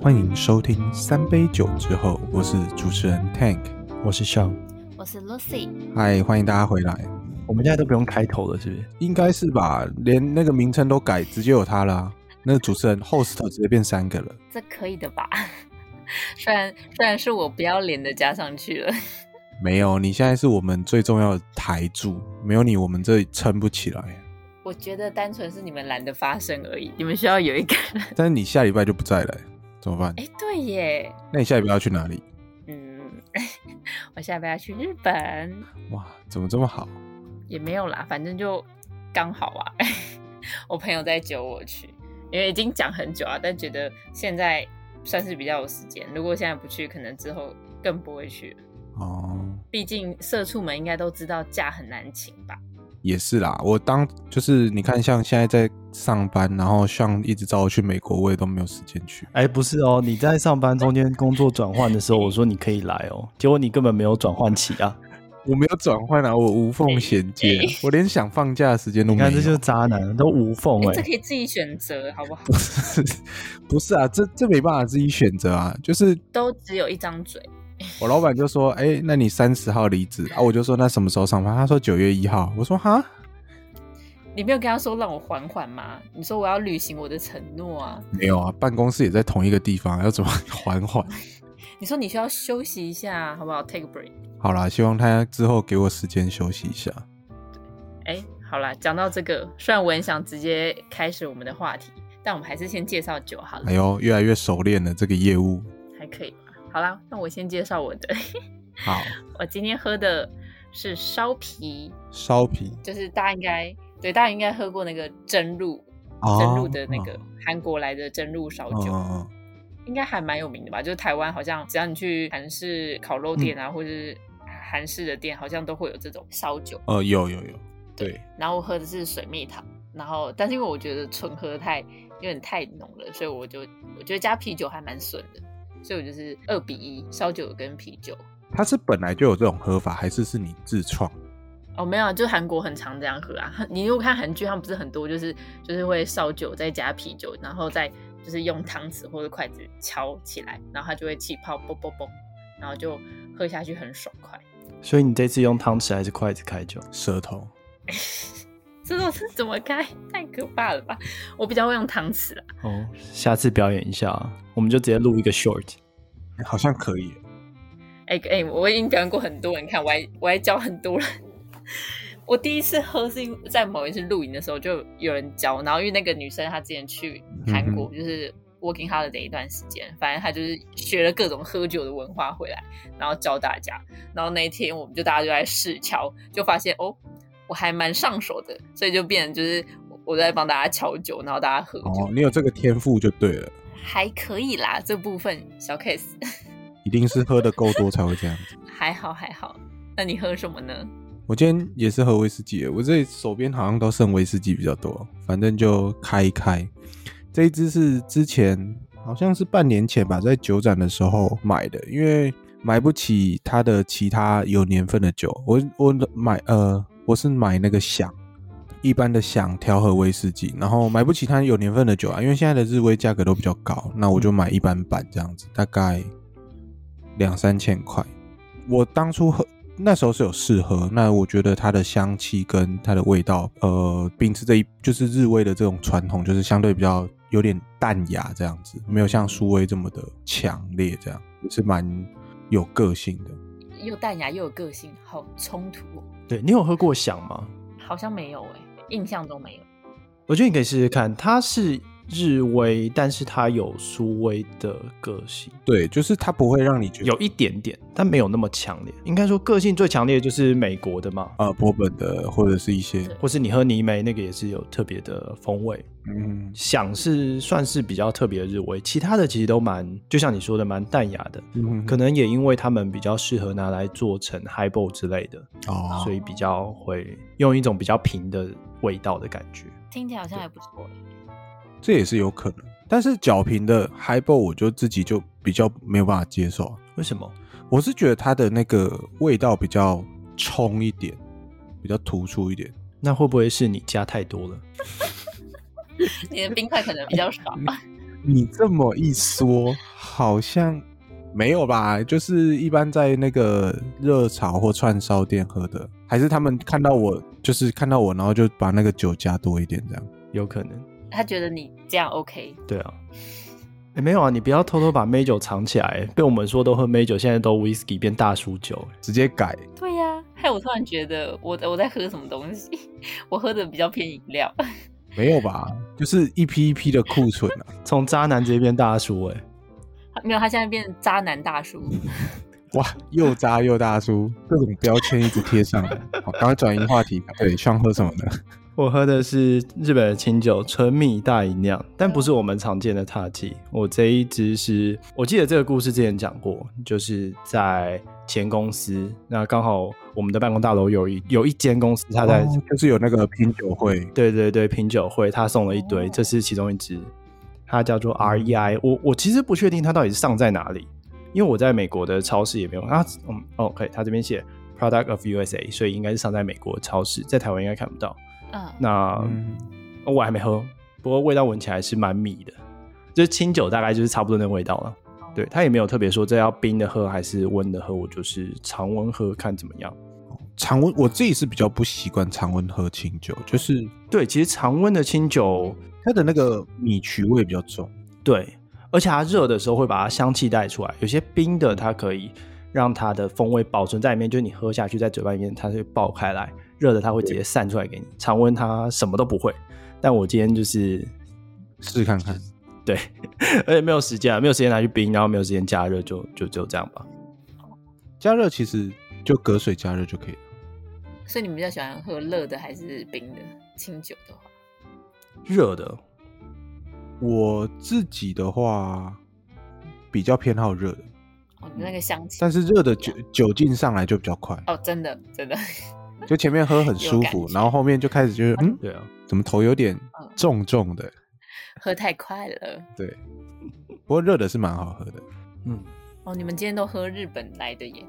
欢迎收听三杯酒之后，我是主持人 Tank。我是 Sean，我是 Lucy，嗨，欢迎大家回来，我们现在都不用开头了，是不是？应该是吧？连那个名称都改，直接有他啦、那个主持人 host 直接变三个了。这可以的吧？ 虽然虽然是我不要脸的加上去了，没有，你现在是我们最重要的台柱，没有你，我们这里撑不起来。我觉得单纯是你们懒得发声而已。你们需要有一个，但是你下礼拜就不在了、怎么办？ 哎，对耶，那你下礼拜要去哪里？嗯， 我下礼拜要去日本，哇，怎么这么好？也没有啦，反正就刚好啊。 我朋友在揪我去，因为已经讲很久啊，但觉得现在算是比较有时间。如果现在不去，可能之后更不会去了。哦，毕竟社畜们应该都知道假很难请吧？也是啦，我当就是你看，像现在在上班，然后像一直找我去美国，我也都没有时间去。哎，不是哦，你在上班中间工作转换的时候，我说你可以来哦，结果你根本没有转换期 啊！我没有转换啊，我无缝衔接，我连想放假的时间都你没有。看这就是渣男，都无缝哎、哎、这可以自己选择，好不好？不是啊，这这没办法自己选择啊。就是都只有一张嘴。我老板就说：“哎、那你三十号离职啊？”我就说：“那什么时候上班？”他说：“九月一号。”我说：“哈，你没有跟他说让我缓缓吗？你说我要履行我的承诺啊！没有啊，办公室也在同一个地方，要怎么缓缓？你说你需要休息一下，好不好？Take a break。好啦，希望他之后给我时间休息一下。哎，好啦，讲到这个，虽然我很想直接开始我们的话题，但我们还是先介绍酒好了，哎呦，越来越熟练了这个业务。还可以吧？好啦，那我先介绍我的， 好，我今天喝的是烧啤，烧啤就是大家应该对大家应该喝过那个真露哦真露的那个韩国来的真露烧嗯酒，嗯嗯，应该还蛮有名的吧？就是台湾好像只要你去韩式烤肉店啊，或者是韩式的店，好像都会有这种烧酒。呃，有有有，对，然后我喝的是水蜜桃，然后但是因为我觉得纯喝太有点太浓了，所以我就我觉得加啤酒还蛮损的，所以我就是二比一烧酒跟啤酒。他是本来就有这种喝法，还是是你自创？哦，没有啊，就韩国很常这样喝啊。你如果看韩剧，他们不是很多就是就是会烧酒再加啤酒，然后再就是用汤匙或者筷子敲起来，然后它就会气泡啵啵啵，然后就喝下去很爽快。所以你这次用汤匙还是筷子开酒？舌头这种是怎么开？太可怕了吧！我比较会用汤匙啊。哦，下次表演一下啊，我们就直接录一个 short。好像可以，哎、哎、我已经表演过很多人，你看我还我还教很多人。 我第一次喝是因为在某一次露营的时候，就有人教，然后因为那个女生她之前去韩国，就是 working holiday 一段时间，反正她就是学了各种喝酒的文化回来，然后教大家。然后那一天我们就大家就在试敲，就发现哦，我还蛮上手的，所以就变成就是我我在帮大家敲酒，然后大家喝酒，哦，你有这个天赋就对了，还可以啦，这部分小 case 一定是喝的够多才会这样子。还好还好。那你喝什么呢？我今天也是喝威士忌的，我这里手边好像都剩威士忌比较多，反正就开一开。这一支是之前好像是半年前吧，在酒展的时候买的，因为买不起它的其他有年份的酒，我我买呃我是买那个响。一般的响调和威士忌，然后买不起它有年份的酒啊，因为现在的日威价格都比较高，那我就买一般版这样子，大概两三千块。我当初喝那时候是有试喝，那我觉得它的香气跟它的味道，呃，秉持着一就是日威的这种传统，就是相对比较有点淡雅这样子，没有像苏威这么的强烈，这样也是蛮有个性的。又淡雅又有个性，好冲突、哦。对你有喝过响吗？好像没有哎、印象中没有。我觉得你可以试试看，它是日威，但是它有苏威的个性。对，就是它不会让你觉得有一点点，但没有那么强烈。应该说个性最强烈的就是美国的嘛，呃波本的或者是一些对或是你喝泥煤那个也是有特别的风味。嗯想是算是比较特别的日味，其他的其实都蛮，就像你说的蛮淡雅的。嗯可能也因为他们比较适合拿来做成 highball 之类的，哦所以比较会用一种比较平的味道的感觉。听起来好像还不错、欸。这也是有可能。但是角瓶的 highball 我就自己就比较没有办法接受啊、为什么？我是觉得它的那个味道比较冲一点，比较突出一点。那会不会是你加太多了？ 你的冰块可能比较少吧，你这么一说，好像没有吧？就是一般在那个热炒或串烧店喝的，还是他们看到我，就是看到我，然后就把那个酒加多一点这样。有可能，他觉得你这样 OK，对啊。哎，没有啊，你不要偷偷把美酒藏起来。被我们说都喝美酒，现在都 whisky 变大叔酒。直接改， 对呀、害我突然觉得我我在喝什么东西， 我喝的比较偏饮料。 没有吧？就是一批一批的库存 啊。从渣男直接变大叔哎、没有，他现在变成渣男大叔。哇，又渣又大叔，各种标签一直贴上来。好，赶快转移话题。对，想喝什么呢？我喝的是日本的清酒，纯米大吟酿，但不是我们常见的塔基。我这一支是，我记得这个故事之前讲过，就是在前公司，那刚好我们的办公大楼有一有一间公司，它在、哦就是有那个品酒会，对对对品酒会，他送了一堆，哦这是其中一支，它叫做 REI。我我其实不确定它到底是上在哪里，因为我在美国的超市也没有啊，嗯，OK，它这边写 Product of USA，所以应该是上在美国的超市，在台湾应该看不到。嗯，那、嗯，哦我还没喝，不过味道闻起来是蛮米的，就是清酒大概就是差不多那个味道了。对，它也没有特别说这要冰的喝还是温的喝，我就是常温喝看怎么样。常温我自己是比较不习惯常温喝清酒，就是对，其实常温的清酒，它的那个米曲味比较重。对，而且它热的时候会把它香气带出来，有些冰的它可以让它的风味保存在里面，就是你喝下去在嘴巴里面它会爆开来，热的它会直接散出来给你。常温它什么都不会，但我今天就是 试看看。对，而且没有时间啊，没有时间拿去冰，然后没有时间加热，就就就这样吧。加热其实就隔水加热就可以了。所以你们比较喜欢喝热的还是冰的清酒的话？热的，我自己的话比较偏好热的，哦，你那个香气。但是热的酒酒精上来就比较快，哦，真的真的，就前面喝很舒有感服，觉嗯然后后面就开始觉得嗯，对啊，怎么头有点重重的。喝太快了。对，不过热的是蛮好喝的，嗯，哦，你们今天都喝日本来的耶？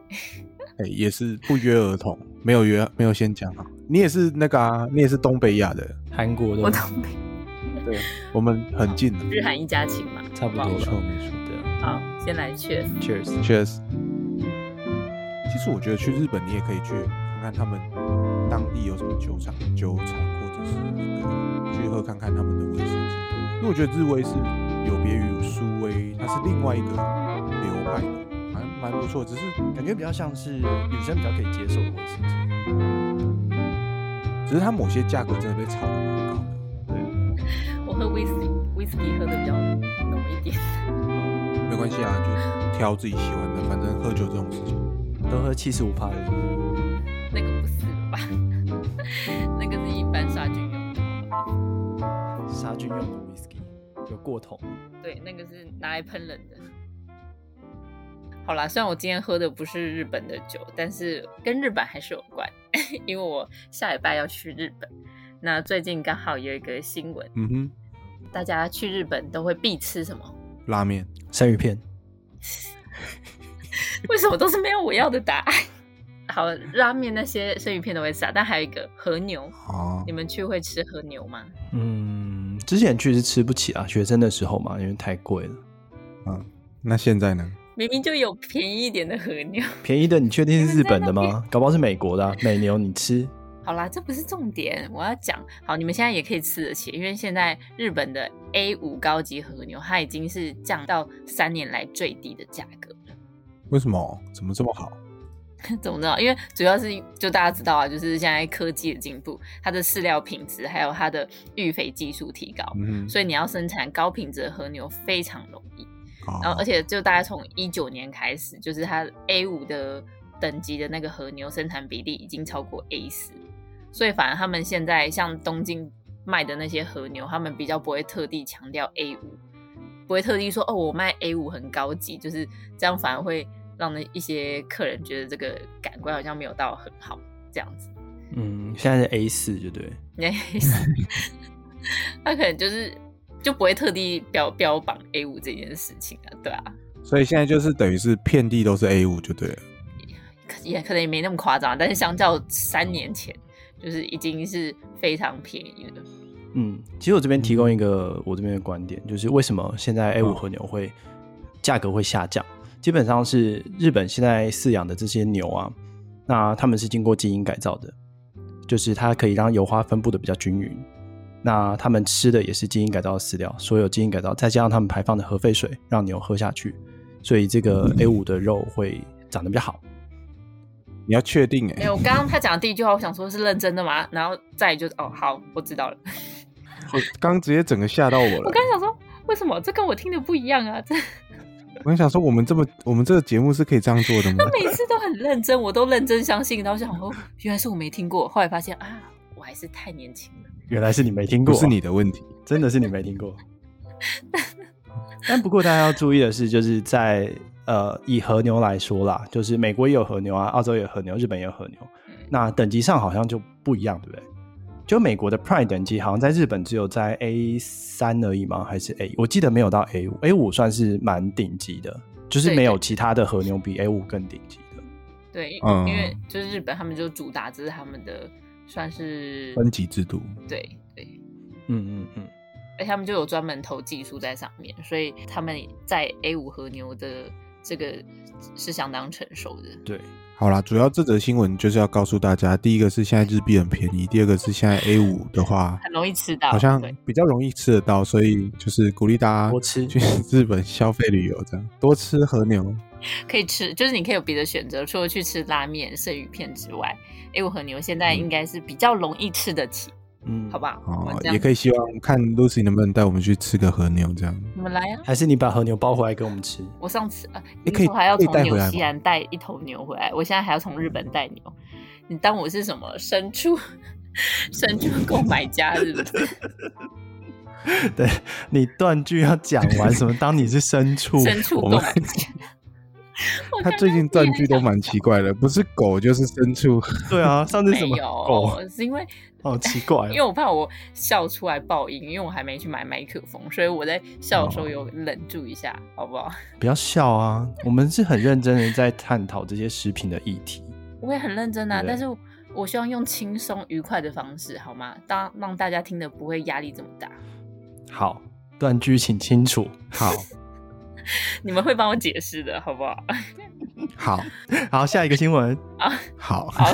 哎、也是不约而同，没有约，没有先讲好。你也是那个啊，你也是东北亚的，韩国的 我都没我们很近的，日韩一家亲嘛。差不多没了，错没错。对啊好，先来 cheers。 ，Cheers。 Cheers。其实我觉得去日本，你也可以去看看他们当地有什么酒厂、酒厂，或者是那个去喝看看他们的威士忌。因为我觉得日威是有别于苏威，它是另外一个流派的，蛮蛮不错。只是感觉比较像是女生比较可以接受的威士忌，只是它某些价格真的被炒得蛮高的。我喝 whisky whisky 喝的比较浓一点。 没关系啊，就挑自己喜欢的，反正喝酒这种事情。都喝七十五趴的，那个不是吧？ 那个是一般杀菌用的。杀菌用的 whisky 有过桶，对，那个是拿来喷人的。好啦，虽然我今天喝的不是日本的酒，但是跟日本还是有关， 因为我下礼拜要去日本。那最近刚好有一个新闻，嗯哼，大家去日本都会必吃什么？ 拉面，生鱼片，为什么都是没有我要的答案？ 好，拉面那些生鱼片都会吃啊，但还有一个和牛，哦你，们去会吃和牛吗？嗯，之前去是吃不起啊，学生的时候嘛，因为太贵了。那现在呢？明明就有便宜一点的和牛。 便宜的你确定是日本的吗？搞不好是美国的、啊、美牛，你吃好啦，这不是重点，我要讲。好，你们现在也可以吃得起，因为现在日本的 A 五高级和牛，它已经是降到三年来最低的价格 了。为什么？怎么这么好？怎么知道？因为主要是就大家知道啊，就是现在科技的进步，它的饲料品质还有它的育肥技术提高，嗯所以你要生产高品质的和牛非常容易。哼，然后而哦，且就大概从一九年开始，就是它 A 五的等级的那个和牛生产比例已经超过 A 四，所以反而他们现在像东京卖的那些和牛，他们比较不会特地强调 A 五，不会特地说哦我卖 A 五很高级，就是这样反而会让那一些客人觉得这个感官好像没有到很好这样子。 嗯，现在是 A 四，就对。那他可能就是就不会特地标标榜 A 五这件事情啊，对啊。所以现在就是等于是遍地都是 A 五就对了。可也可能也没那么夸张，但是相较三年前，就是已经是非常便宜了。嗯，其实我这边提供一个我这边的观点，就是为什么现在 A 五和牛会价格会下降，基本上是日本现在饲养的这些牛啊，那他们是经过基因改造的，就是它可以让油花分布的比较均匀。那他们吃的也是基因改造的饲料，所有基因改造，再加上他们排放的核废水，让牛喝下去，所以这个 A 五的肉会长得比较好。你要确定没哎、有，我刚刚他讲的第一句话，我想说是认真的吗？然后再就是哦，好，我知道了。我刚直接整个吓到我了。 我刚刚想说，为什么这跟我听的不一样啊？这我刚想说，我们这么我们这个节目是可以这样做的吗？每次都很认真，我都认真相信，然后想哦，原来是我没听过，后来发现啊，我还是太年轻了。原来是你没听过不啊，是你的问题，真的是你没听过。但不过大家要注意的是，就是在呃以和牛来说啦，就是美国也有和牛啊，澳洲也有和牛，日本也有和牛，那等级上好像就不一样，对不对？就美国的 Pride 等级好像在日本只有在 A 三而已吗？还是 A？我记得没有到 A 五，A 五算是蛮顶级的，就是没有其他的和牛比 A 五更顶级的。对，因嗯因为就是日本他们就主打这是他们的算是分级制度。对对，嗯嗯嗯，而且他们就有专门投技术在上面，所以他们在 A 五和牛的这个是相当成熟的。对，好啦，主要这则新闻就是要告诉大家，第一个是现在日币很便宜，第二个是现在 A 五的话很容易吃到，好像对比较容易吃得到，所以就是鼓励大家多吃去 日本消费旅游，这样多吃和牛。可以吃，就是你可以有别的选择，除了去吃拉面、生鱼片之外，A 五和牛现在应该是比较容易吃得起，嗯，好不，好？我嗯哦们，这样也可以希望看 Lucy 能不能带我们去吃个和牛，这样你们来啊！还是你把和牛包回来给我们吃？我上次啊，你你可以说还要可以带从回纽来西吗兰带一头牛回来，我现在还要从日本带牛，你当我是什么牲畜？牲畜购买家 是不是？对你断句要讲完，什么？当你是牲畜， 牲畜购我们买家。 我他刚最刚近自己断还句都想蛮奇怪的，不是狗就是牲畜。对啊，上次什没么狗，有，是因为好奇怪、因为哦。我怕我笑出来爆音，因为我还没去买麦克风，所以我在笑的时哦候有忍住一下，好不好？ 不要笑啊，我们是很认真的在探讨这些食品的议题。我也很认真啊，对但是我我希望用轻松愉快的方式，好吗？当让大家听的不会压力这么大。 好，断句请清楚。 好，你们会帮我解释的，好不好？好，好，下一个新闻，好，好，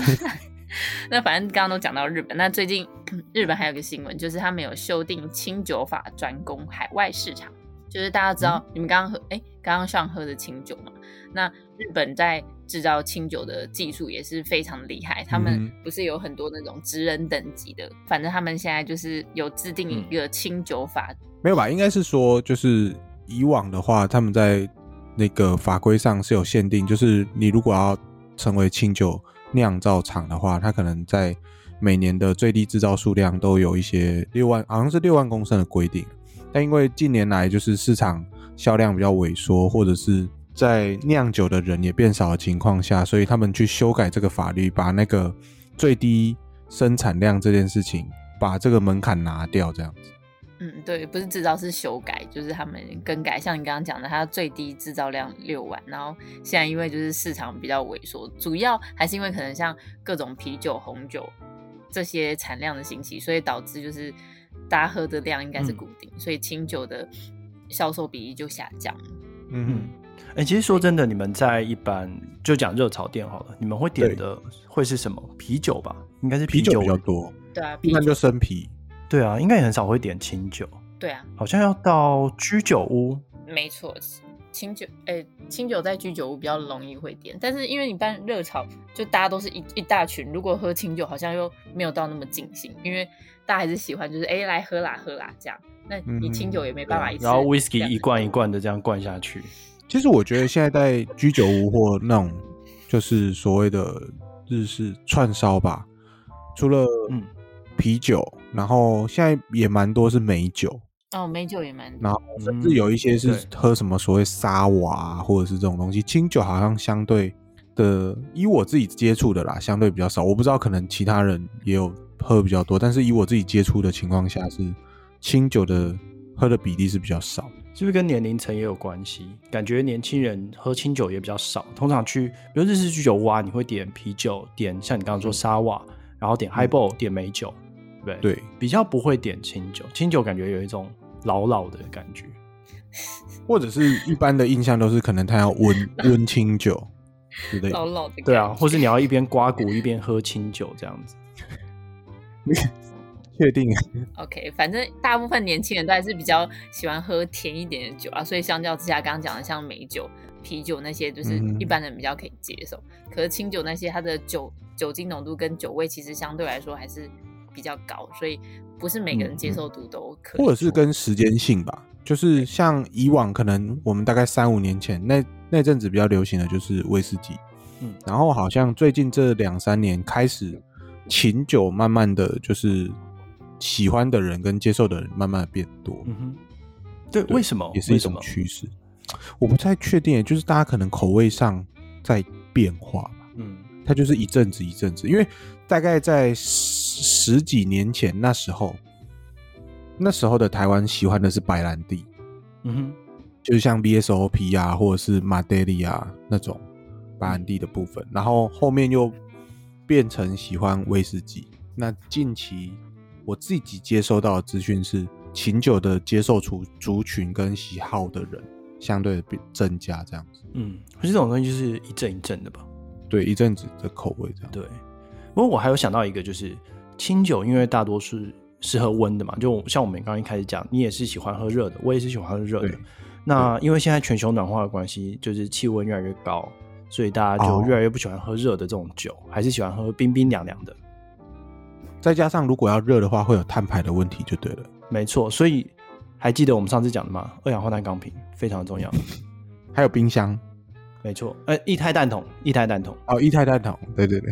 那反正刚刚都讲到日本，那最近 日本还有个新闻，就是他们有修订清酒法，专攻海外市场。就是大家知道，你们刚刚喝，哎、刚刚上喝的清酒嘛，那日本在制造清酒的技术也是非常厉害，他嗯们不是有很多那种职人等级的，反正他们现在就是有制定一个清酒法，没有吧？应该是说，就是以往的话，他们在那个法规上是有限定，就是你如果要成为清酒酿造厂的话，它可能在每年的最低制造数量都有一些六万，好像是六万公升的规定。但因为近年来就是市场销量比较萎缩，或者是在酿酒的人也变少的情况下，所以他们去修改这个法律，把那个最低生产量这件事情，把这个门槛拿掉，这样子。嗯，对，不是制造是修改，就是他们更改。像你刚刚讲的，它最低制造量六万，然后现在因为就是市场比较萎缩，主要还是因为可能像各种啤酒、红酒这些产量的兴起，所以导致就是大家喝的量应该是嗯固定，所以清酒的销售比例就下降了。嗯嗯，哎、其实说真的，你们在一般就讲热炒店好了，你们会点的会是什么？啤酒吧，应该是啤酒酒比较多，对啊，一啤般酒就生啤。对啊，应该也很少会点清酒，对啊，好像要到居酒屋。没错，清酒，诶、清酒在居酒屋比较容易会点，但是因为一般热炒就大家都是一一大群，如果喝清酒好像又没有到那么尽兴，因为大家还是喜欢就是诶、来喝啦喝啦这样，那你清酒也没办法一次、嗯啊然后 whisky 一罐一，罐的这样灌下去，其实我觉得现在在居酒屋或那种就是所谓的日式串烧吧，除了嗯啤酒，然后现在也蛮多是美酒，哦，美酒也蛮多，然后甚至有一些是对喝什么所谓沙瓦啊、或者是这种东西。清酒好像相对的，以我自己接触的啦，相对比较少。我不知道可能其他人也有喝比较多，但是以我自己接触的情况下是清酒的喝的比例是比较少。是不是跟年龄层也有关系？感觉年轻人喝清酒也比较少，通常去比如日嗯式居酒屋啊，你会点啤酒，点像你刚刚说沙瓦，然后点 highball，、点美酒，不对？对，比较不会点清酒，清酒感觉有一种老老的感觉。或者是一般的印象都是可能他要 温温清酒之类老的。老的感觉。对啊，或是你要一边刮骨一边喝清酒这样子。确定啊 OK，反正大部分年轻人都还是比较喜欢喝甜一点的酒啊，所以相较之下，刚刚讲的像美酒、啤酒那些，就是嗯一般人比较可以接受。可是清酒那些，它的酒酒精浓度跟酒味其实相对来说还是比较高，所以不是每个人接受度都可以。嗯或者是跟时间性吧，就是像以往可能我们大概三五年前那那阵子比较流行的就是威士忌，嗯然后好像最近这两三年开始，琴酒慢慢的就是喜欢的人跟接受的人慢慢地变多，嗯哼，对，对为什么？也是一为什种么趋势。我不太确定，就是大家可能口味上在变化吧，嗯它就是一阵子一阵子，因为大概在十十几年前那时候，那时候的台湾喜欢的是白兰地，嗯哼，就是像 VSOP 啊，或者是 Madeira 啊那种白兰地的部分，然后后面又变成喜欢威士忌。那近期我自己接收到的资讯是，琴酒的接受族族群跟喜好的人相对地增加，这样子，嗯，可是这种东西就是一阵一阵的吧。对一阵子的口味这样。对，不过我还有想到一个，就是清酒，因为大多数是喝温的嘛，就像我们刚刚一开始讲，你也是喜欢喝热的，我也是喜欢喝热的对。那因为现在全球暖化的关系，就是气温越来越高，所以大家就哦越来越不喜欢喝热的这种酒，还是喜欢喝冰冰凉凉的。再加上如果要热的话，会有碳排的问题，就对了。没错，所以还记得我们上次讲的吗？二氧化碳钢瓶非常重要。还有冰箱没错，呃，液态氮桶，液态氮桶，哦，液态氮桶，对 对对，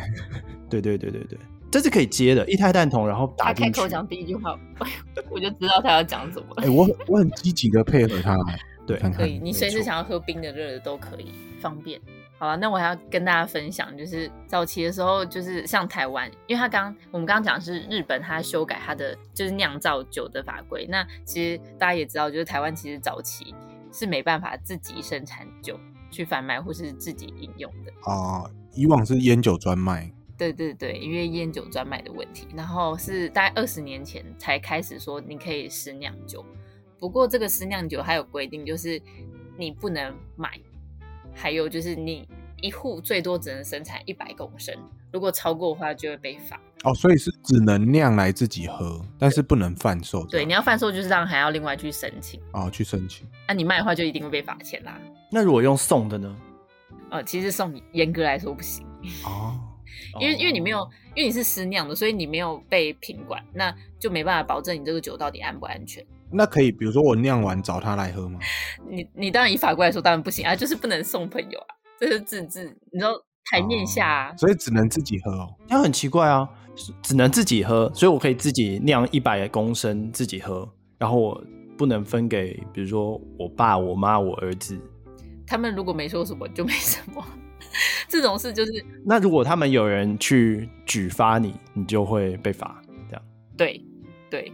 对对对对对，这是可以接的，液态氮桶，然后打他进开去。口讲第一句话， 我就知道他要讲什么了。哎、我我很积极的配合欸他，对看可看以，你没随时错想要喝冰的、热的都可以，方便。好啊了，那我还要跟大家分享，就是早期的时候，就是像台湾，因为他刚我们刚刚讲的是日本，它修改它的就是酿造酒的法规。那其实大家也知道，就是台湾其实早期是没办法自己生产酒去贩卖或是自己饮用的。啊、以往是烟酒专卖，对对对，因为烟酒专卖的问题，然后是大概二十年前才开始说你可以私酿酒，不过这个私酿酒还有规定，就是你不能买，还有就是你一户最多只能生产一百公升，如果超过的话就会被罚。哦，所以是只能酿来自己喝，但是不能贩售这对，样。你要贩售就是让还要另外去申请，哦，去申请。那、你卖的话就一定会被罚钱啦。那如果用送的呢？呃，其实送严格来说不行。哦，因为因为你没有哦，因为你是私酿的，所以你没有被品管，那就没办法保证你这个酒到底安不安全。那可以，比如说我酿完找他来喝吗？你你当然以法规来说当然不行啊，就是不能送朋友啊，这是自治，你知道台面下、啊哦所以只能自己喝哦。那很奇怪啊，是只能自己喝，所以我可以自己酿一百公升自己喝，然后我不能分给，比如说我爸、我妈、我儿子。他们如果没说什么就没什么， 这种事就是那如果他们有人去举发你，你就会被罚。这样，对对，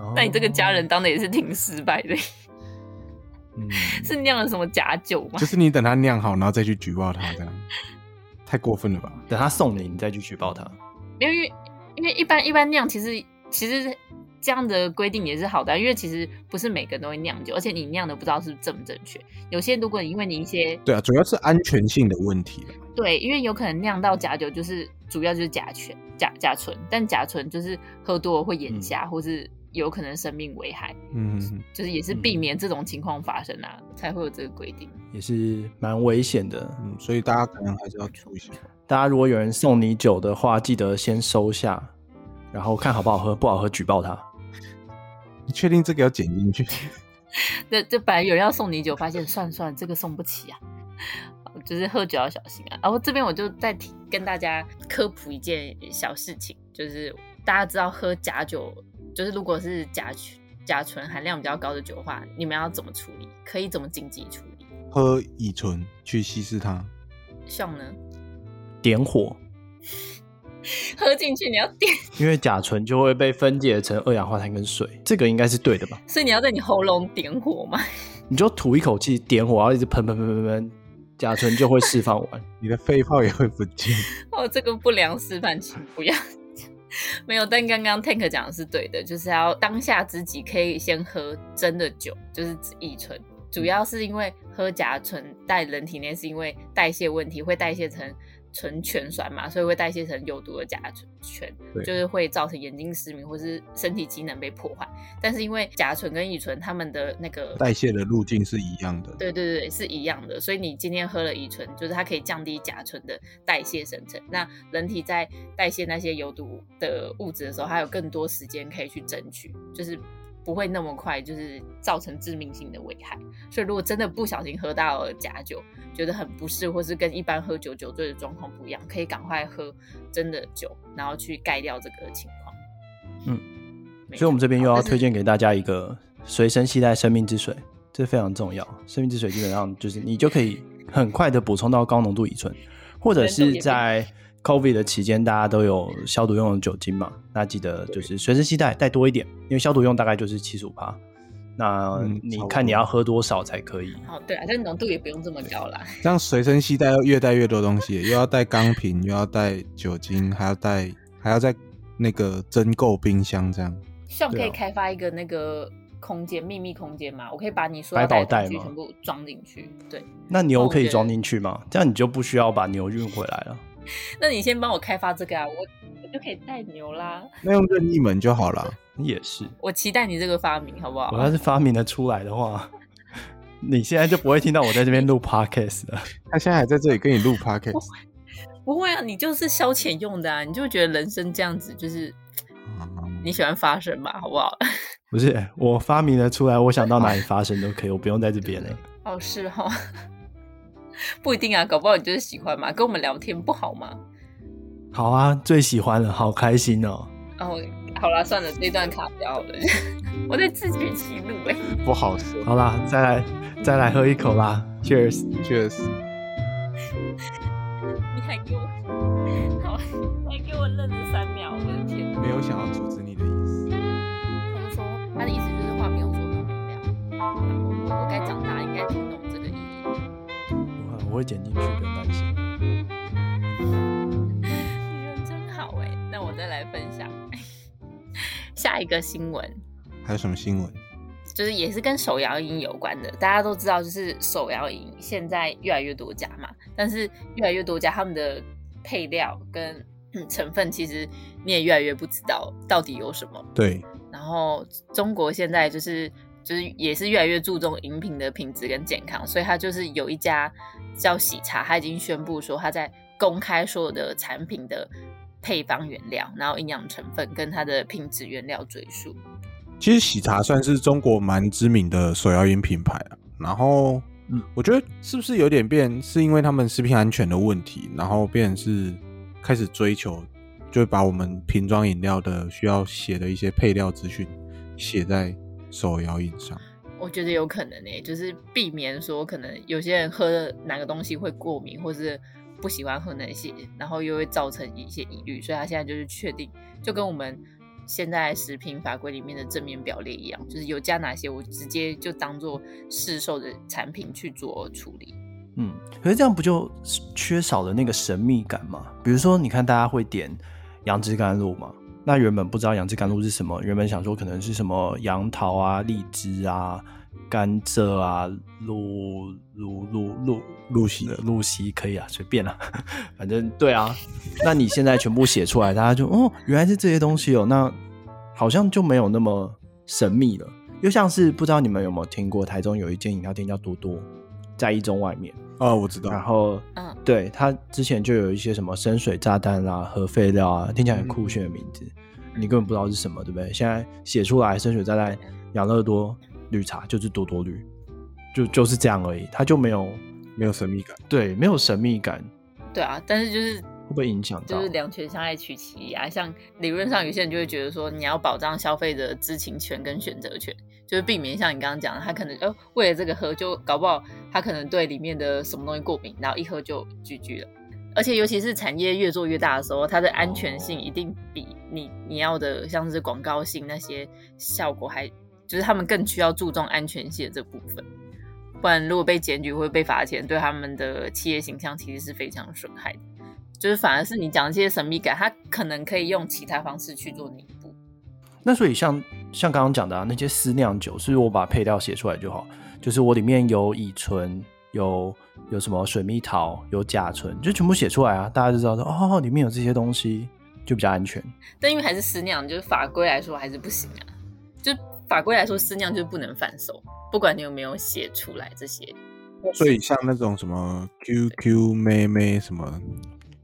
哦那你这个家人当的也是挺失败的， 嗯，是酿了什么假酒吗就？是你等他酿好，然后再去举报他，这样太过分了吧？等他送你，你再去举报他。因为因为一般一般酿，其实其实这样的规定也是好的啊，因为其实不是每个人都会酿酒，而且你酿的不知道是不是正不正确。有些如果你因为你一些对啊，主要是安全性的问题啊啦对，因为有可能酿到假酒，就是主要就是甲醛、甲甲醇，但甲醇就是喝多了会眼瞎，或是有可能生命危害，嗯哼哼，就是也是避嗯免这种情况发生啊，才会有这个规定。也是蛮危险的。嗯，所以大家可能还是要注意一下。大家如果有人送你酒的话，记得先收下，然后看好不好喝，不好喝举报他。你确定这个要剪进去？这这本来有人要送你酒，发现算了算了，这个送不起啊。 就是喝酒要小心啊。然后这边我就再提跟大家科普一件小事情，就是大家知道喝假酒，就是如果是甲醛甲醇含量比较高的酒的话，你们要怎么处理？可以怎么经济处理？喝乙醇去稀释它，像呢，点火，喝进去你要点， 因为甲醇就会被分解成二氧化碳跟水，这个应该是对的吧？所以你要在你喉咙点火 嘛。你就吐一口气，点火，然后一直喷喷喷喷喷，甲醇就会 释放完。你的肺泡也会不见。哦，这个不良示范，请不要。 没有，但刚刚 Tank 讲的是对的，就是要当下自己可以先喝真的酒，就是乙醇，主要是因为喝甲醇在人体内是因为代谢问题，会代谢成醇醛酸嘛，所以会代谢成有毒的甲醛对，就是会造成眼睛失明或是身体机能被破坏。但是因为甲醇跟乙醇它们的那个代谢的路径是一样的。对对对，是一样的。所以你今天喝了乙醇，就是它可以降低甲醇的代谢生成。那人体在代谢那些有毒的物质的时候，它有更多时间可以去争取，就是不会那么快就是造成致命性的危害。所以如果真的不小心喝到了假酒，觉得很不适，或是跟一般喝酒酒醉的状况不一样，可以赶快喝真的酒，然后去盖掉这个情况。嗯没错，所以我们这边又好要但是推荐给大家一个随身携带生命之水，这非常重要。生命之水基本上就是你就可以很快的补充到高浓度乙醇，或者是在 COVID 的期间，大家都有消毒用的酒精嘛，那记得就是随身携带带多一点，因为消毒用大概就是七十五趴，那嗯你差不看多你要喝多少才可以。哦，对啊，但浓度也不用这么高啦。这样随身携带要越带越多东西，又要带钢瓶，又要带酒精，还要带还要在那个增购冰箱这样。希望可对以啊开发一个那个空间，秘密空间嘛，我可以把你所百有宝带的袋东西吗全部装进去。对，那那牛我可以觉得装进去吗？这样你就不需要把牛运回来了。那你先帮我开发这个啊，我我就可以带牛啦。那用任意门就好了。也是，我期待你这个发明，好不好？我要是发明了出来的话， 你现在就不会听到我在这边录 podcast 了。他现在还在这里跟你录 podcast，不会啊，你就是消遣用的啊，你就觉得人生这样子就是嗯你喜欢发生嘛，好不 好？不是，我发明了出来，我想到哪里发生都可以，我不用在这边了。哦，是哦， 不一定啊，搞不好你就是喜欢嘛，跟我们聊天不好吗？好啊，最喜欢了，好开心哦！哦，好啦，算了，这段卡掉好了， 我在自取其辱哎、不好说，好啦，再来再来喝一口啦，Cheers！确实。你还给我，好，还给我愣了三秒，我的天！没有想要阻止你的意思。他就说他的意思就是话不用说那么亮，我我我该长大应该听懂这个意义。我会我会剪进去，不用担心。你 人真好哎、那我再来分享 下一个新闻。还有什么新闻？就是也是跟手摇饮有关的。大家都知道，就是手摇饮现在越来越多家嘛，但是越来越多家他们的配料跟、 嗯成分，其实你也越来越不知道到底有什么。对，然后中国现在就是就是也是越来越注重饮品的品质跟健康，所以它就是有一家叫喜茶，它已经宣布说它在公开所有的产品的配方原料，然后营养成分跟它的品质原料追溯。其实喜茶算是中国蛮知名的手摇饮品牌啊。然后，嗯我觉得是不是有点变，是因为他们食品安全的问题，然后变成是开始追求，就把我们瓶装饮料的需要写的一些配料资讯写在手摇饮上。我觉得有可能诶、就是避免说可能有些人喝了哪个东西会过敏，或是不喜欢喝那些，然后又会造成一些疑虑，所以他现在就是确定，就跟我们现在食品法规里面的正面表列一样，就是有加哪些，我直接就当做市售的产品去做处理。嗯，可是这样不就缺少了那个神秘感吗？比如说，你看大家会点杨枝甘露嘛，那原本不知道杨枝甘露是什么，原本想说可能是什么杨桃啊、荔枝啊、甘蔗啊、露露露露露西呃露西可以啊， 随便啦、反正对啊。那你现在全部写出来，大家就哦，原来是这些东西哦，那好像就没有那么神秘了。又像是不知道你们有没有听过，台中有一间饮料店叫多多，在一中外面。哦，我知道然，后，嗯，对他之前就有一些什么深水炸弹啦、核废料啊，听起来很酷炫的名字，你根本不知道是什么，对不对？现在写出来深水炸弹、嗯养乐多、绿茶就是多多绿，就就是这样而已，它就没有没有神秘感。对没有神秘感，对啊，但是就是会不会影响到？就是两全相爱取其一啊。像理论上，有些人就会觉得说，你要保障消费者的知情权跟选择权，就是避免像你刚刚讲的，他可能呃为了这个喝，就搞不好他可能对里面的什么东西过敏，然后一喝就 GG 了。而且尤其是产业越做越大的时候，它的安全性哦一定比你你要的像是广告性那些效果还，就是他们更需要注重安全性的这部分。不然如果被检举会被罚钱，对他们的企业形象其实是非常损害的。就是反而是你讲这些神秘感，它可能可以用其他方式去做弥补。那所以像像刚刚讲的啊，那些私酿酒，是不是我把配料写出来就好？就是我里面有乙醇，有有什么水蜜桃，有甲醇，就全部写出来啊，大家就知道说哦，里面有这些东西，就比较安全。但因为还是私酿，就是法规来说还是不行啊。就法规来说，私酿就是不能贩售，不管你有没有写出来这些。所以像那种什么 QQ 妹妹什么，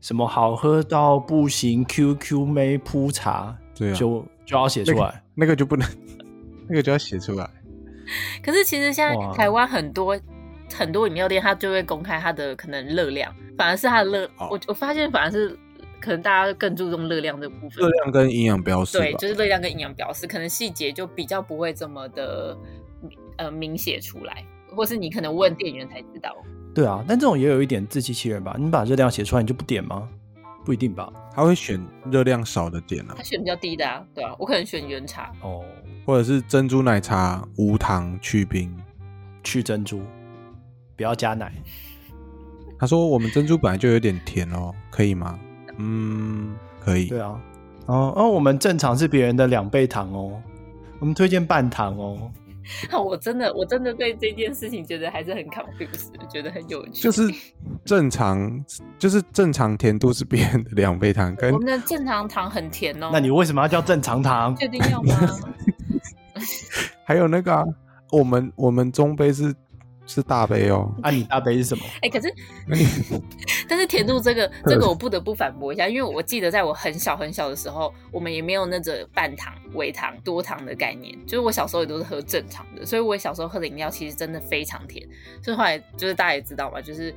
什么好喝到不行，QQ 妹铺茶，对啊，就就要写出来。那个就不能， 那个就要写出来。可是其实现在哇台湾很多很多饮料店，它就会公开它的可能热量，反而是它的热，哦我我发现反而是可能大家更注重热量这部分热。量跟营养标识对，吧，就是热量跟营养标识，可能细节就比较不会这么的呃明显出来，或是你可能问店员才知道。对啊，但这种也有一点自欺欺人吧？你把热量写出来，你就不点吗？不一定吧？他会选热量少的点啊他，选比较低的啊，对啊，我可能选原茶， 哦，或者是珍珠奶茶无糖去冰。去珍珠，不要加奶。他说我们珍珠本来就有点甜哦，可以吗？嗯，可以。对啊，哦哦，我们正常是别人的两倍糖哦，我们推荐半糖哦。啊，我真的我真的对这件事情觉得还是很 confused，觉得很有趣。就是正常，就是正常甜度是别人的两倍糖，跟我们的正常糖很甜哦，那你为什么要叫正 常糖？确定要吗？还有那个啊、我们我们中杯是是大杯哦，啊，你大杯是什么？哎、可是但是甜度这个这个我不得不反驳一下，因为我记得在我很小很小的时候，我们也没有那种半糖、微糖、多糖的概念，就是我小时候也都是喝正常的，所以我小时候喝的饮料其实真的非常甜。所以后来就是大家也知道嘛，就是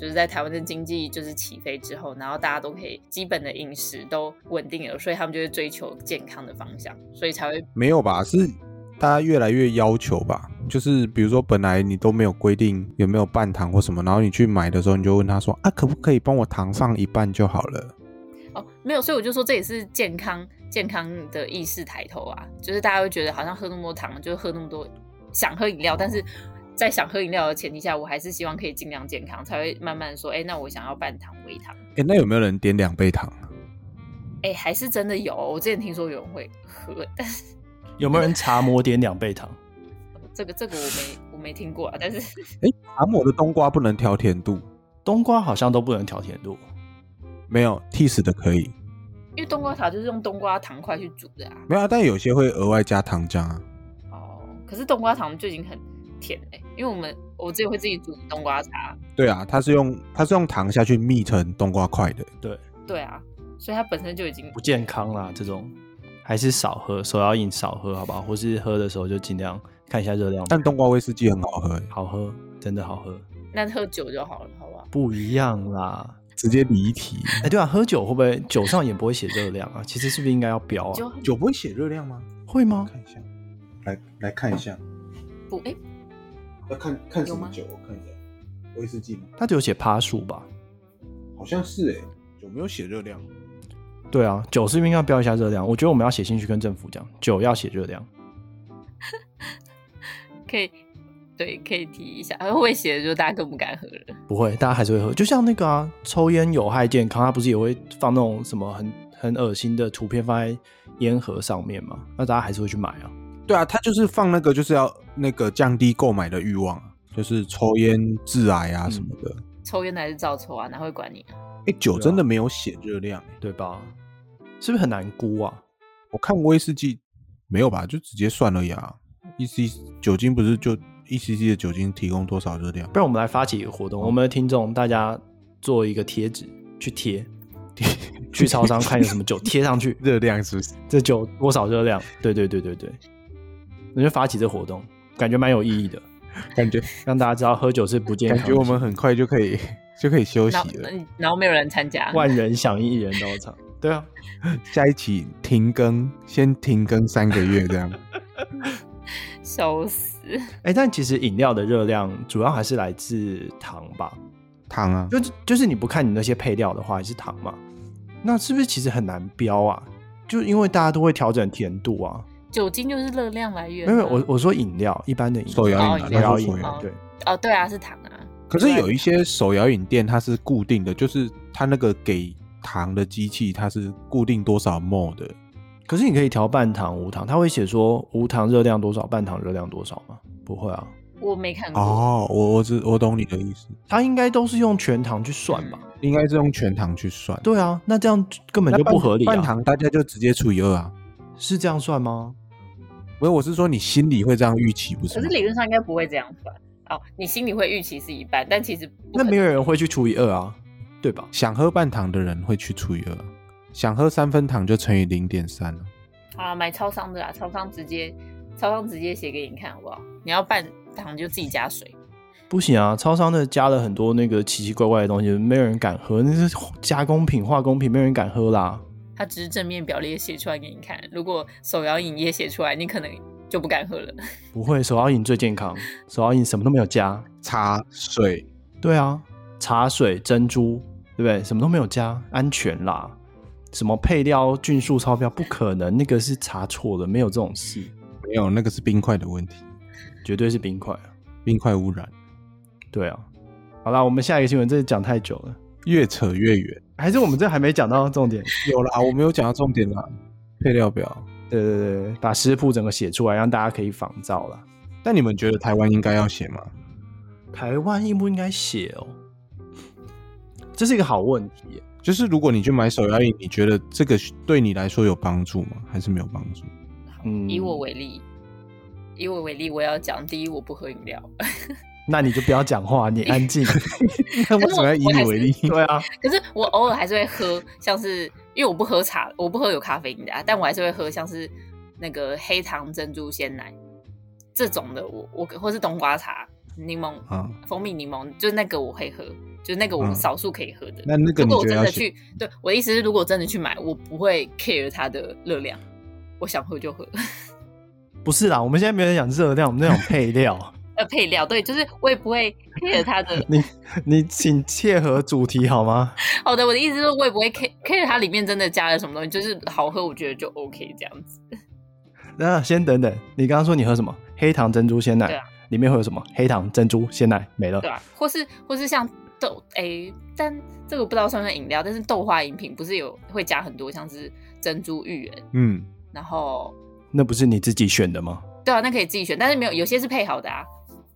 就是在台湾的经济就是起飞之后，然后大家都可以基本的饮食都稳定了，所以他们就会追求健康的方向，所以才会没有吧？是大家越来越要求吧？就是比如说本来你都没有规定有没有半糖或什么，然后你去买的时候你就问他说啊，可不可以帮我糖放一半就好了？哦，没有，所以我就说这也是健康健康的意识抬头啊，就是大家会觉得好像喝那么多糖，就是喝那么多想喝饮料，但是在想喝饮料的前提下，我还是希望可以尽量健康，才会慢慢说，哎，那我想要半糖、微糖，哎、那有没有人点两倍糖？哎，还是真的有，我之前听说有人会喝，但是有没有人茶魔点两倍糖？这个这个我没我没听过啊，但是阿姆的冬瓜不能调甜度，冬瓜好像都不能调甜度。没有 T 十的可以，因为冬瓜茶就是用冬瓜糖块去煮的啊，没有、啊，但有些会额外加糖浆啊。哦，可是冬瓜糖就已经很甜了，欸因为我们我自己会自己煮冬瓜茶，对啊，它是用它是用糖下去蜜成冬瓜块的。对啊，所以它本身就已经不健康啦，这种还是少喝，手摇饮少喝，好不好？或是喝的时候就尽量看一下热量。但冬瓜威士忌很好喝、欸，好喝，真的好喝，那喝酒就好了，好不好？不一样啦。直接离题。哎、对啊，喝酒会不会酒上也不会写热量啊？其实是不是应该要标啊？就酒不会写热量吗？会吗？看一下，来来看一下，不哎、要看看什么有吗酒？我看一下，威士忌吗？它只有写趴数吧？好像是哎、酒没有写热量。啊对啊，酒是不是应该标一下热量？我觉得我们要写信去跟政府讲，酒要写热量。可以，对，可以提一下。然后会写的就大家更不敢喝了。不会，大家还是会喝。就像那个啊，抽烟有害健康，它不是也会放那种什么很很恶心的图片放在烟盒上面嘛？那大家还是会去买啊。对啊，它就是放那个就是要那个降低购买的欲望啊，就是抽烟致癌啊什么的。抽烟的还是照抽啊，哪会管你啊？哎、酒真的没有写热量、欸，对吧？是不是很难估啊？我看威士忌没有吧，就直接算了呀。E C 酒精不是就 E C C 的酒精提供多少热量？不然我们来发起一个活动，哦我们的听众大家做一个贴纸去 贴，去超商看有什么酒贴上去，热量是不是？这酒多少热量？对对对对对，那就发起这活动，感觉蛮有意义的，感觉让大家知道喝酒是不健康感的。觉我们很快就可以就可以休息然后了。嗯然后没有人参加，万人响应，一人到场。对啊，下一期停更，先停更三个月这样。笑死！哎，但其实饮料的热量主要还是来自糖吧，糖啊，就是就是你不看你那些配料的话，也是糖嘛，那是不是其实很难标啊？就因为大家都会调整甜度啊，酒精就是热量来源、没啊。有，我我说饮料，一般的饮料手摇饮啊手那摇是饮手摇料饮对，哦，对啊，是糖啊。可是有一些手摇饮店它是固定的，就是它那个给糖的机器它是固定多少 ml 的，可是你可以调半糖、无糖，它会写说无糖热量多少，半糖热量多少吗？不会啊，我没看过。哦，我我知我懂你的意思，它应该都是用全糖去算吧？应该是用全糖去算，对啊，那这样根本那就半不合理、啊。半糖大家就直接除以二啊，是这样算吗？不是，我是说你心里会这样预期，不是可吗？是理论上应该不会这样算哦，你心里会预期是一半，但其实不那可没有人会去除以二啊，对吧？想喝半糖的人会去除以二，啊想喝三分糖就乘以零点三了。能啊，买超商的啦，超商直接超商直接写给你看好不好？你要半糖就自己加水，不行啊，超商的加了很多那个奇奇怪怪的东西，没有人敢喝，那是加工品、化工品，没有人敢喝啦。它只是正面表列写出来给你看。如果手摇饮也写出来，你可能就不敢喝了。不会，手摇饮最健康，手摇饮什么都没有加。茶水对啊，茶水、珍珠，对不对？什么都没有加，安全啦。什么配料、菌数超标，不可能，那个是查错了，没有这种事，没有，那个是冰块的问题，绝对是冰块啊。冰块污染，对啊，好啦，我们下一个新闻，这讲太久了，越扯越远。还是我们这还没讲到重点。有啦，我没有讲到重点啦，配料表。对对对对，把食谱整个写出来，让大家可以仿照啦。但你们觉得台湾应该要写吗？台湾应不应该写哦？ 这是一个好问题耶。就是如果你去买手摇饮，你觉得这个对你来说有帮助吗？还是没有帮助？嗯以我为例，以我为例，我要讲第一，我不喝饮料。那你就不要讲话，你安 静。那 为什么要以你为例？对啊，可是我偶尔还是会喝，像是因为我不喝茶，我不喝有咖啡因的、啊，但我还是会喝像是那个黑糖珍珠鲜奶这种的我，我或是冬瓜茶、柠檬、啊，蜂蜜柠檬，就那个我会喝，就那个我嗯少数可以喝的。那那个如你果我觉得真要嗯的写？去，对我的意思是，如果真的去买，我不会 care 它的热量，我想喝就喝。不是啦，我们现在没有在讲热量，我们在讲配料。 呃，配料对，就是我也 不会 care 它的你请切合主题好吗？好的，我的意思是，我也不会 care care 它里面真的加了什么东西，就是好喝，我觉得就 OK 这样子。那先等等，你刚刚说你喝什么？黑糖珍珠鲜奶，对啊里面会有什么？黑糖珍珠鲜奶没了对。啊，或是或是像豆诶、但这个不知道算不算饮料，但是豆花饮品不是有会加很多像是珍珠芋圆，嗯，然后那不是你自己选的吗？对啊，那可以自己选，但是没有有些是配好的啊，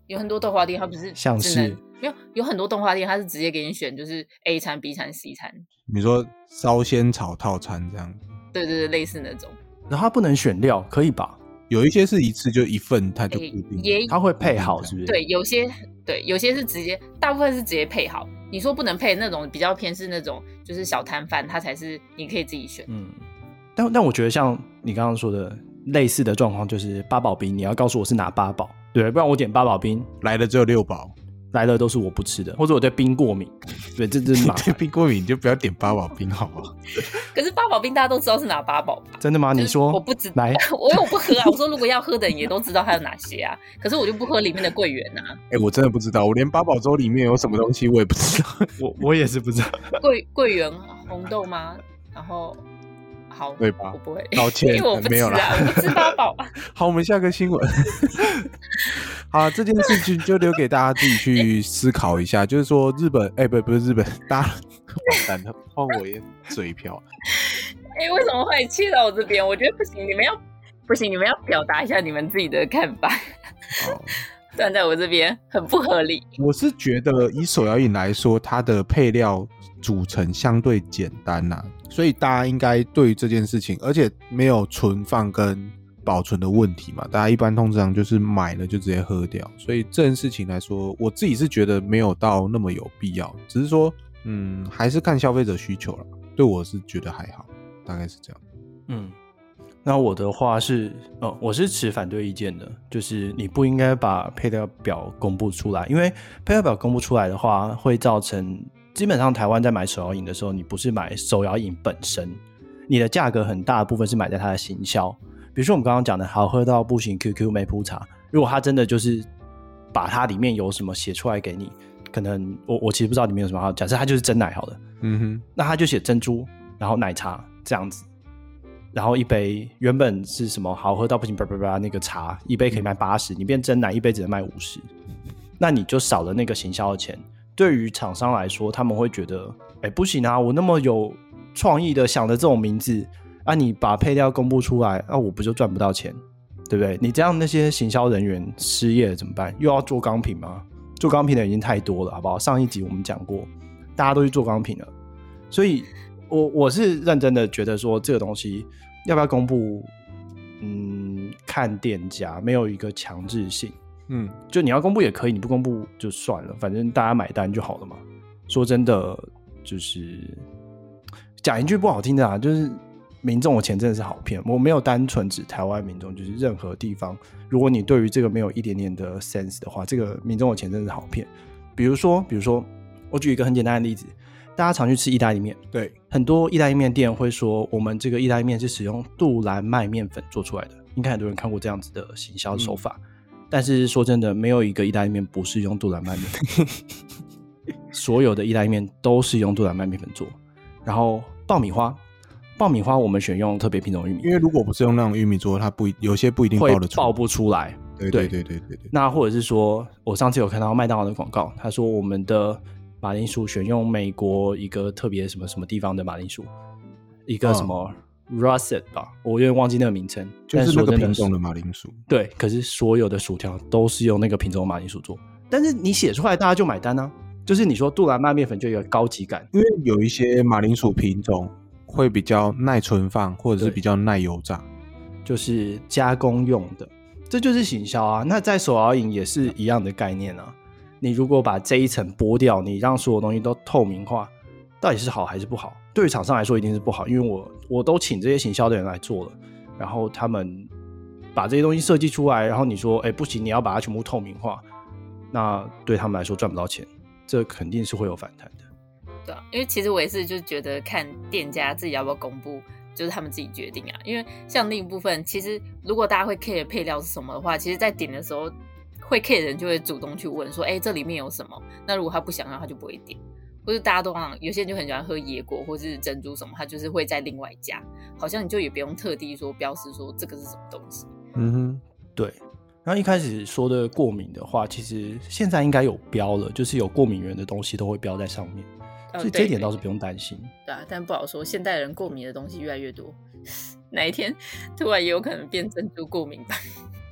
有很多豆花店它不是像只是能没有有很多豆花店它是直接给你选，就是 A 餐、B 餐、C 餐，你说烧仙草套餐这样，对对对，类似那种，然后它不能选料，可以吧？有一些是一次就一份，它就诶、固定。也它会配好，是不是？嗯对，有些对，有些是直接，大部分是直接配好。你说不能配那种比较偏是那种就是小摊贩，它才是你可以自己选。嗯，但但我觉得像你刚刚说的类似的状况，就是八宝冰，你要告诉我是哪八宝，对，不然我点八宝冰来的只有六宝，来了都是我不吃的，或者我对冰过敏，对，这这 麻对烦。冰过敏你就不要点八宝冰好不好？可是八宝冰大家都知道是哪八宝吧？真的吗？就啊你是说我不知来， 我我不喝啊。我说如果要喝的人也都知道它有哪些啊，可是我就不喝里面的桂圆啊，哎、我真的不知道，我连八宝粥里面有什么东西我也不知 道。我我也是不知道。桂桂圆红豆吗？然后好，对吧我不会，道歉 因为我不没吃有啊啦，我不吃八宝。啊好，我们下个新闻。 好啊，这件事情就留给大家自己去思考一下。就是说，日本，哎、不，不是日本，大家完蛋了，换我也嘴瓢。 哎、为什么会气到我这边？我觉得不行，你们要不行，你们要表达一下你们自己的看法。 哦，站在我这边很不合理。我是觉得以手摇饮来说，它的配料组成相对简单啦、所以大家应该对于这件事情，而且没有存放跟保存的问题嘛，大家一般通常就是买了就直接喝掉，所以这件事情来说，我自己是觉得没有到那么有必要，只是说，嗯，还是看消费者需求了，对我是觉得还好，大概是这样。嗯，那我的话是，呃，我是持反对意见的，就是你不应该把配料表公布出来，因为配料表公布出来的话，会造成基本上台湾在买手摇饮的时候，你不是买手摇饮本身，你的价格很大的部分是买在它的行销，比如说我们刚刚讲的好喝到不行 QQ 梅普茶，如果它真的就是把它里面有什么写出来给你，可能我我其实不知道里面有什么好，假设它就是真奶好了。嗯哼，那他就写珍珠，然后奶茶这样子，然后一杯原本是什么好喝到不行，叭叭叭那个茶，一杯可以卖八十，你变真奶一杯只能卖五十，那你就少了那个行销的钱。对于厂商来说，他们会觉得，哎，不行啊，我那么有创意的想的这种名字啊，你把配料公布出来，那、啊、我不就赚不到钱，对不对？你这样那些行销人员失业了怎么办？又要做钢品吗？做钢品的已经太多了，好不好？上一集我们讲过，大家都去做钢品了，所以我我是认真的觉得说这个东西要不要公布，嗯，看店家没有一个强制性，嗯，就你要公布也可以，你不公布就算了，反正大家买单就好了嘛。说真的，就是讲一句不好听的啊，就是民众的钱真的是好骗，我没有单纯指台湾民众，就是任何地方，如果你对于这个没有一点点的 sense 的话，这个民众的钱真的是好骗。比如说，比如说，我举一个很简单的例子，大家常去吃意大利面，对，很多意大利面店会说，我们这个意大利面是使用杜兰麦面粉做出来的。应该很多人看过这样子的行销手法，嗯但是说真的，没有一个意大利面不是用杜兰麦面 粉，所有的意大利面都是用杜兰麦面粉做。然后爆米花，爆米花我们选用特别品种玉因米，为如果不是用那种玉米做，它不一有些不一定会爆得出爆。不出来。对对对对对对，那或者是说，我上次有看到麦当劳的广告，他说我们的马铃薯选用美国一个特别什么什么地方的马铃薯，一个什么 russet 吧，我有点忘记那个名称，嗯就但是说那个真品是种的马铃薯。对，可是所有的薯条都是用那个品种马铃薯做，但是你写出来大家就买单啊，就是你说杜兰麦面粉就有高级感，因为有一些马铃薯品种会比较耐存放，或者是对比较耐油炸。就是加工用的，这就是行销啊。那在手摇饮也是一样的概念啊。你如果把这一层剥掉，你让所有东西都透明化，到底是好还是不好？对于厂商来说一定是不好，因为我我都请这些行销的人来做了，然后他们把这些东西设计出来，然后你说，哎，不行，你要把它全部透明化，那对他们来说赚不到钱，这肯定是会有反弹的。对啊，因为其实我也是就觉得看店家自己要不要公布，就是他们自己决定啊。因为像另一部分，其实如果大家会 care 配料是什么的话，其实在点的时候会 care 的人就会主动去问说，哎，这里面有什么？那如果他不想要，他就不会点。或是大家都好像有些人就很喜欢喝椰果或是珍珠什么，他就是会在另外加，好像你就也不用特地说标示说这个是什么东西。嗯哼，对，然后一开始说的过敏的话，其实现在应该有标了，就是有过敏源的东西都会标在上面，呃所以对这一点对倒是不用担心。对啊，但不好说，现代人过敏的东西越来越多， 哪一天突然也有可能变珍珠过敏吧？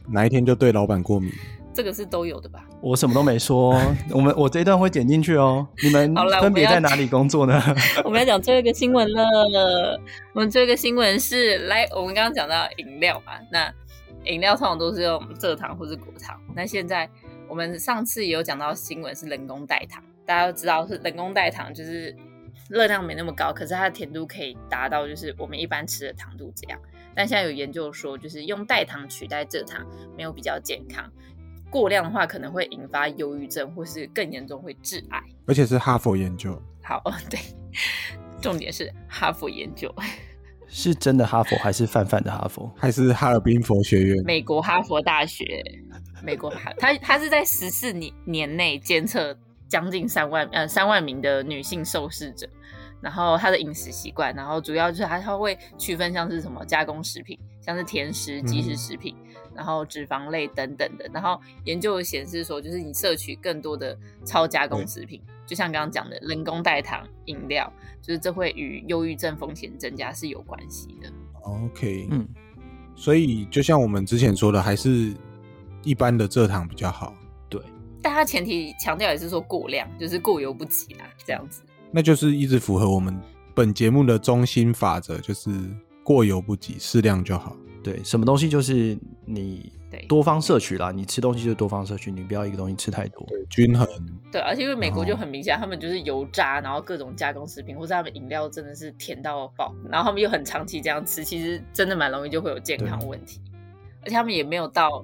哪一天就对老板过敏？这个是都有的吧？ 我什么都没说哦，我们我这一段会剪进去哦。你们好啦我分不别要在哪里工作呢？ 我们要讲最后一个新闻了。我们最后一个新闻是，来，我们刚刚讲到饮料嘛，那饮料通常都是用蔗糖或是果糖。那现在我们上次也有讲到新闻是人工代糖，大家都知道是人工代糖，就是热量没那么高，可是它的甜度可以达到就是我们一般吃的糖度这样。但现在有研究说，就是用代糖取代蔗糖没有比较健康，过量的话可能会引发忧郁症，或是更严重会致癌。而且是哈佛研究，好， 哦对，重点是哈佛研究，是真的哈佛还是泛泛的哈佛？还是哈尔滨佛学院？美国哈佛大学，美国哈，他他是在十四年年内监测将近三万呃三万名的女性受试者，然后她的饮食习惯，然后主要就是他他会区分像是什么加工食品，像是甜食、即食食品，然后脂肪类等等的。然后研究显示说，就是你摄取更多的超加工食品，就像刚刚讲的人工代糖、饮料，就是这会与忧郁症风险增加是有关系的。 OK，嗯，所以就像我们之前说的，还是一般的蔗糖比较好。对，但它前提强调也是说过量，就是过犹不及啦，这样子。那就是一直符合我们本节目的中心法则，就是过犹不及，适量就好。对，什么东西就是你对多方摄取啦，你吃东西就多方摄取，你不要一个东西吃太多。均衡。对，而且因为美国哦就很明显，他们就是油炸，然后各种加工食品，或者他们饮料真的是甜到爆，然后他们又很长期这样吃，其实真的蛮容易就会有健康问题。而且他们也没有到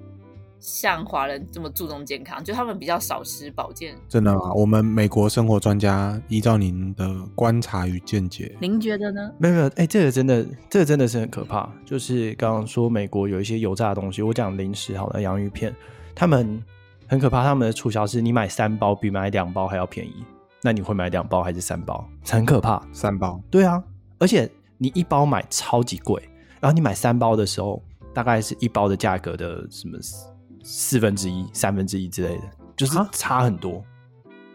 像华人这么注重健康，就他们比较少吃保健。真的啊吗？我们美国生活专家依照您的观察与见解，您觉得呢？没有没有，哎、这个真的，这个真的是很可怕。就是刚刚说美国有一些油炸的东西，我讲零食好了，洋芋片，他们很可怕。他们的促销是你买三包比买两包还要便宜，那你会买两包还是三包？很可怕。三包对啊，而且你一包买超级贵，然后你买三包的时候，大概是一包的价格的什么四四分之一、三分之一之类的，就是啊差很多。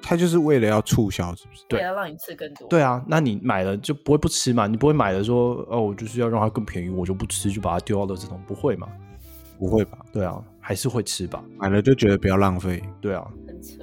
他就是为了要促销，是不是？对要让你吃更多。对啊，那你买了就不会不吃嘛？你不会买了说哦，我就是要让它更便宜，我就不吃，就把它丢到垃圾桶，不会嘛？不会吧？对啊，还是会吃吧？买了就觉得不要浪费。对啊，很扯。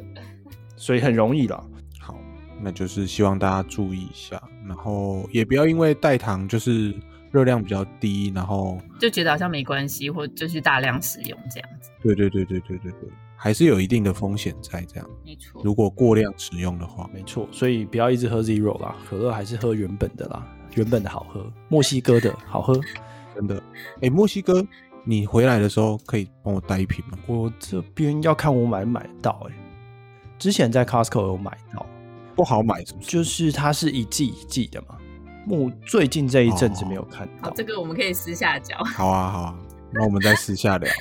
所以很容易啦。好，那就是希望大家注意一下，然后也不要因为代糖就是热量比较低，然后就觉得好像没关系，或就去大量使用这样子。对对对对对对对，还是有一定的风险在这样。没错，如果过量使用的话，没错，所以不要一直喝 Zero 啦，可乐还是喝原本的啦，原本的好喝，墨西哥的好喝。真的，哎，墨西哥，你回来的时候可以帮我带一瓶吗？我这边要看我买不买得到哎、之前在 Costco 有买到，不好买是不是？就是它是一季一季的嘛。目最近这一阵子没有看到，好，这个我们可以私下讲。好啊，好啊，那我们再私下聊。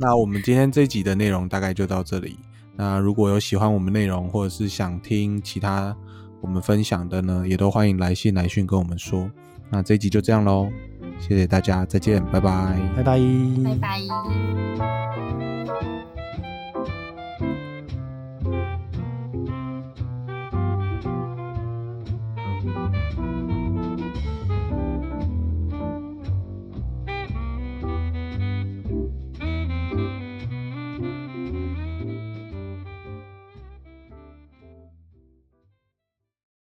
那我们今天这集的内容大概就到这里。那如果有喜欢我们内容，或者是想听其他我们分享的呢，也都欢迎来信来讯跟我们说。那这一集就这样喽，谢谢大家，再见，拜拜拜拜，拜拜。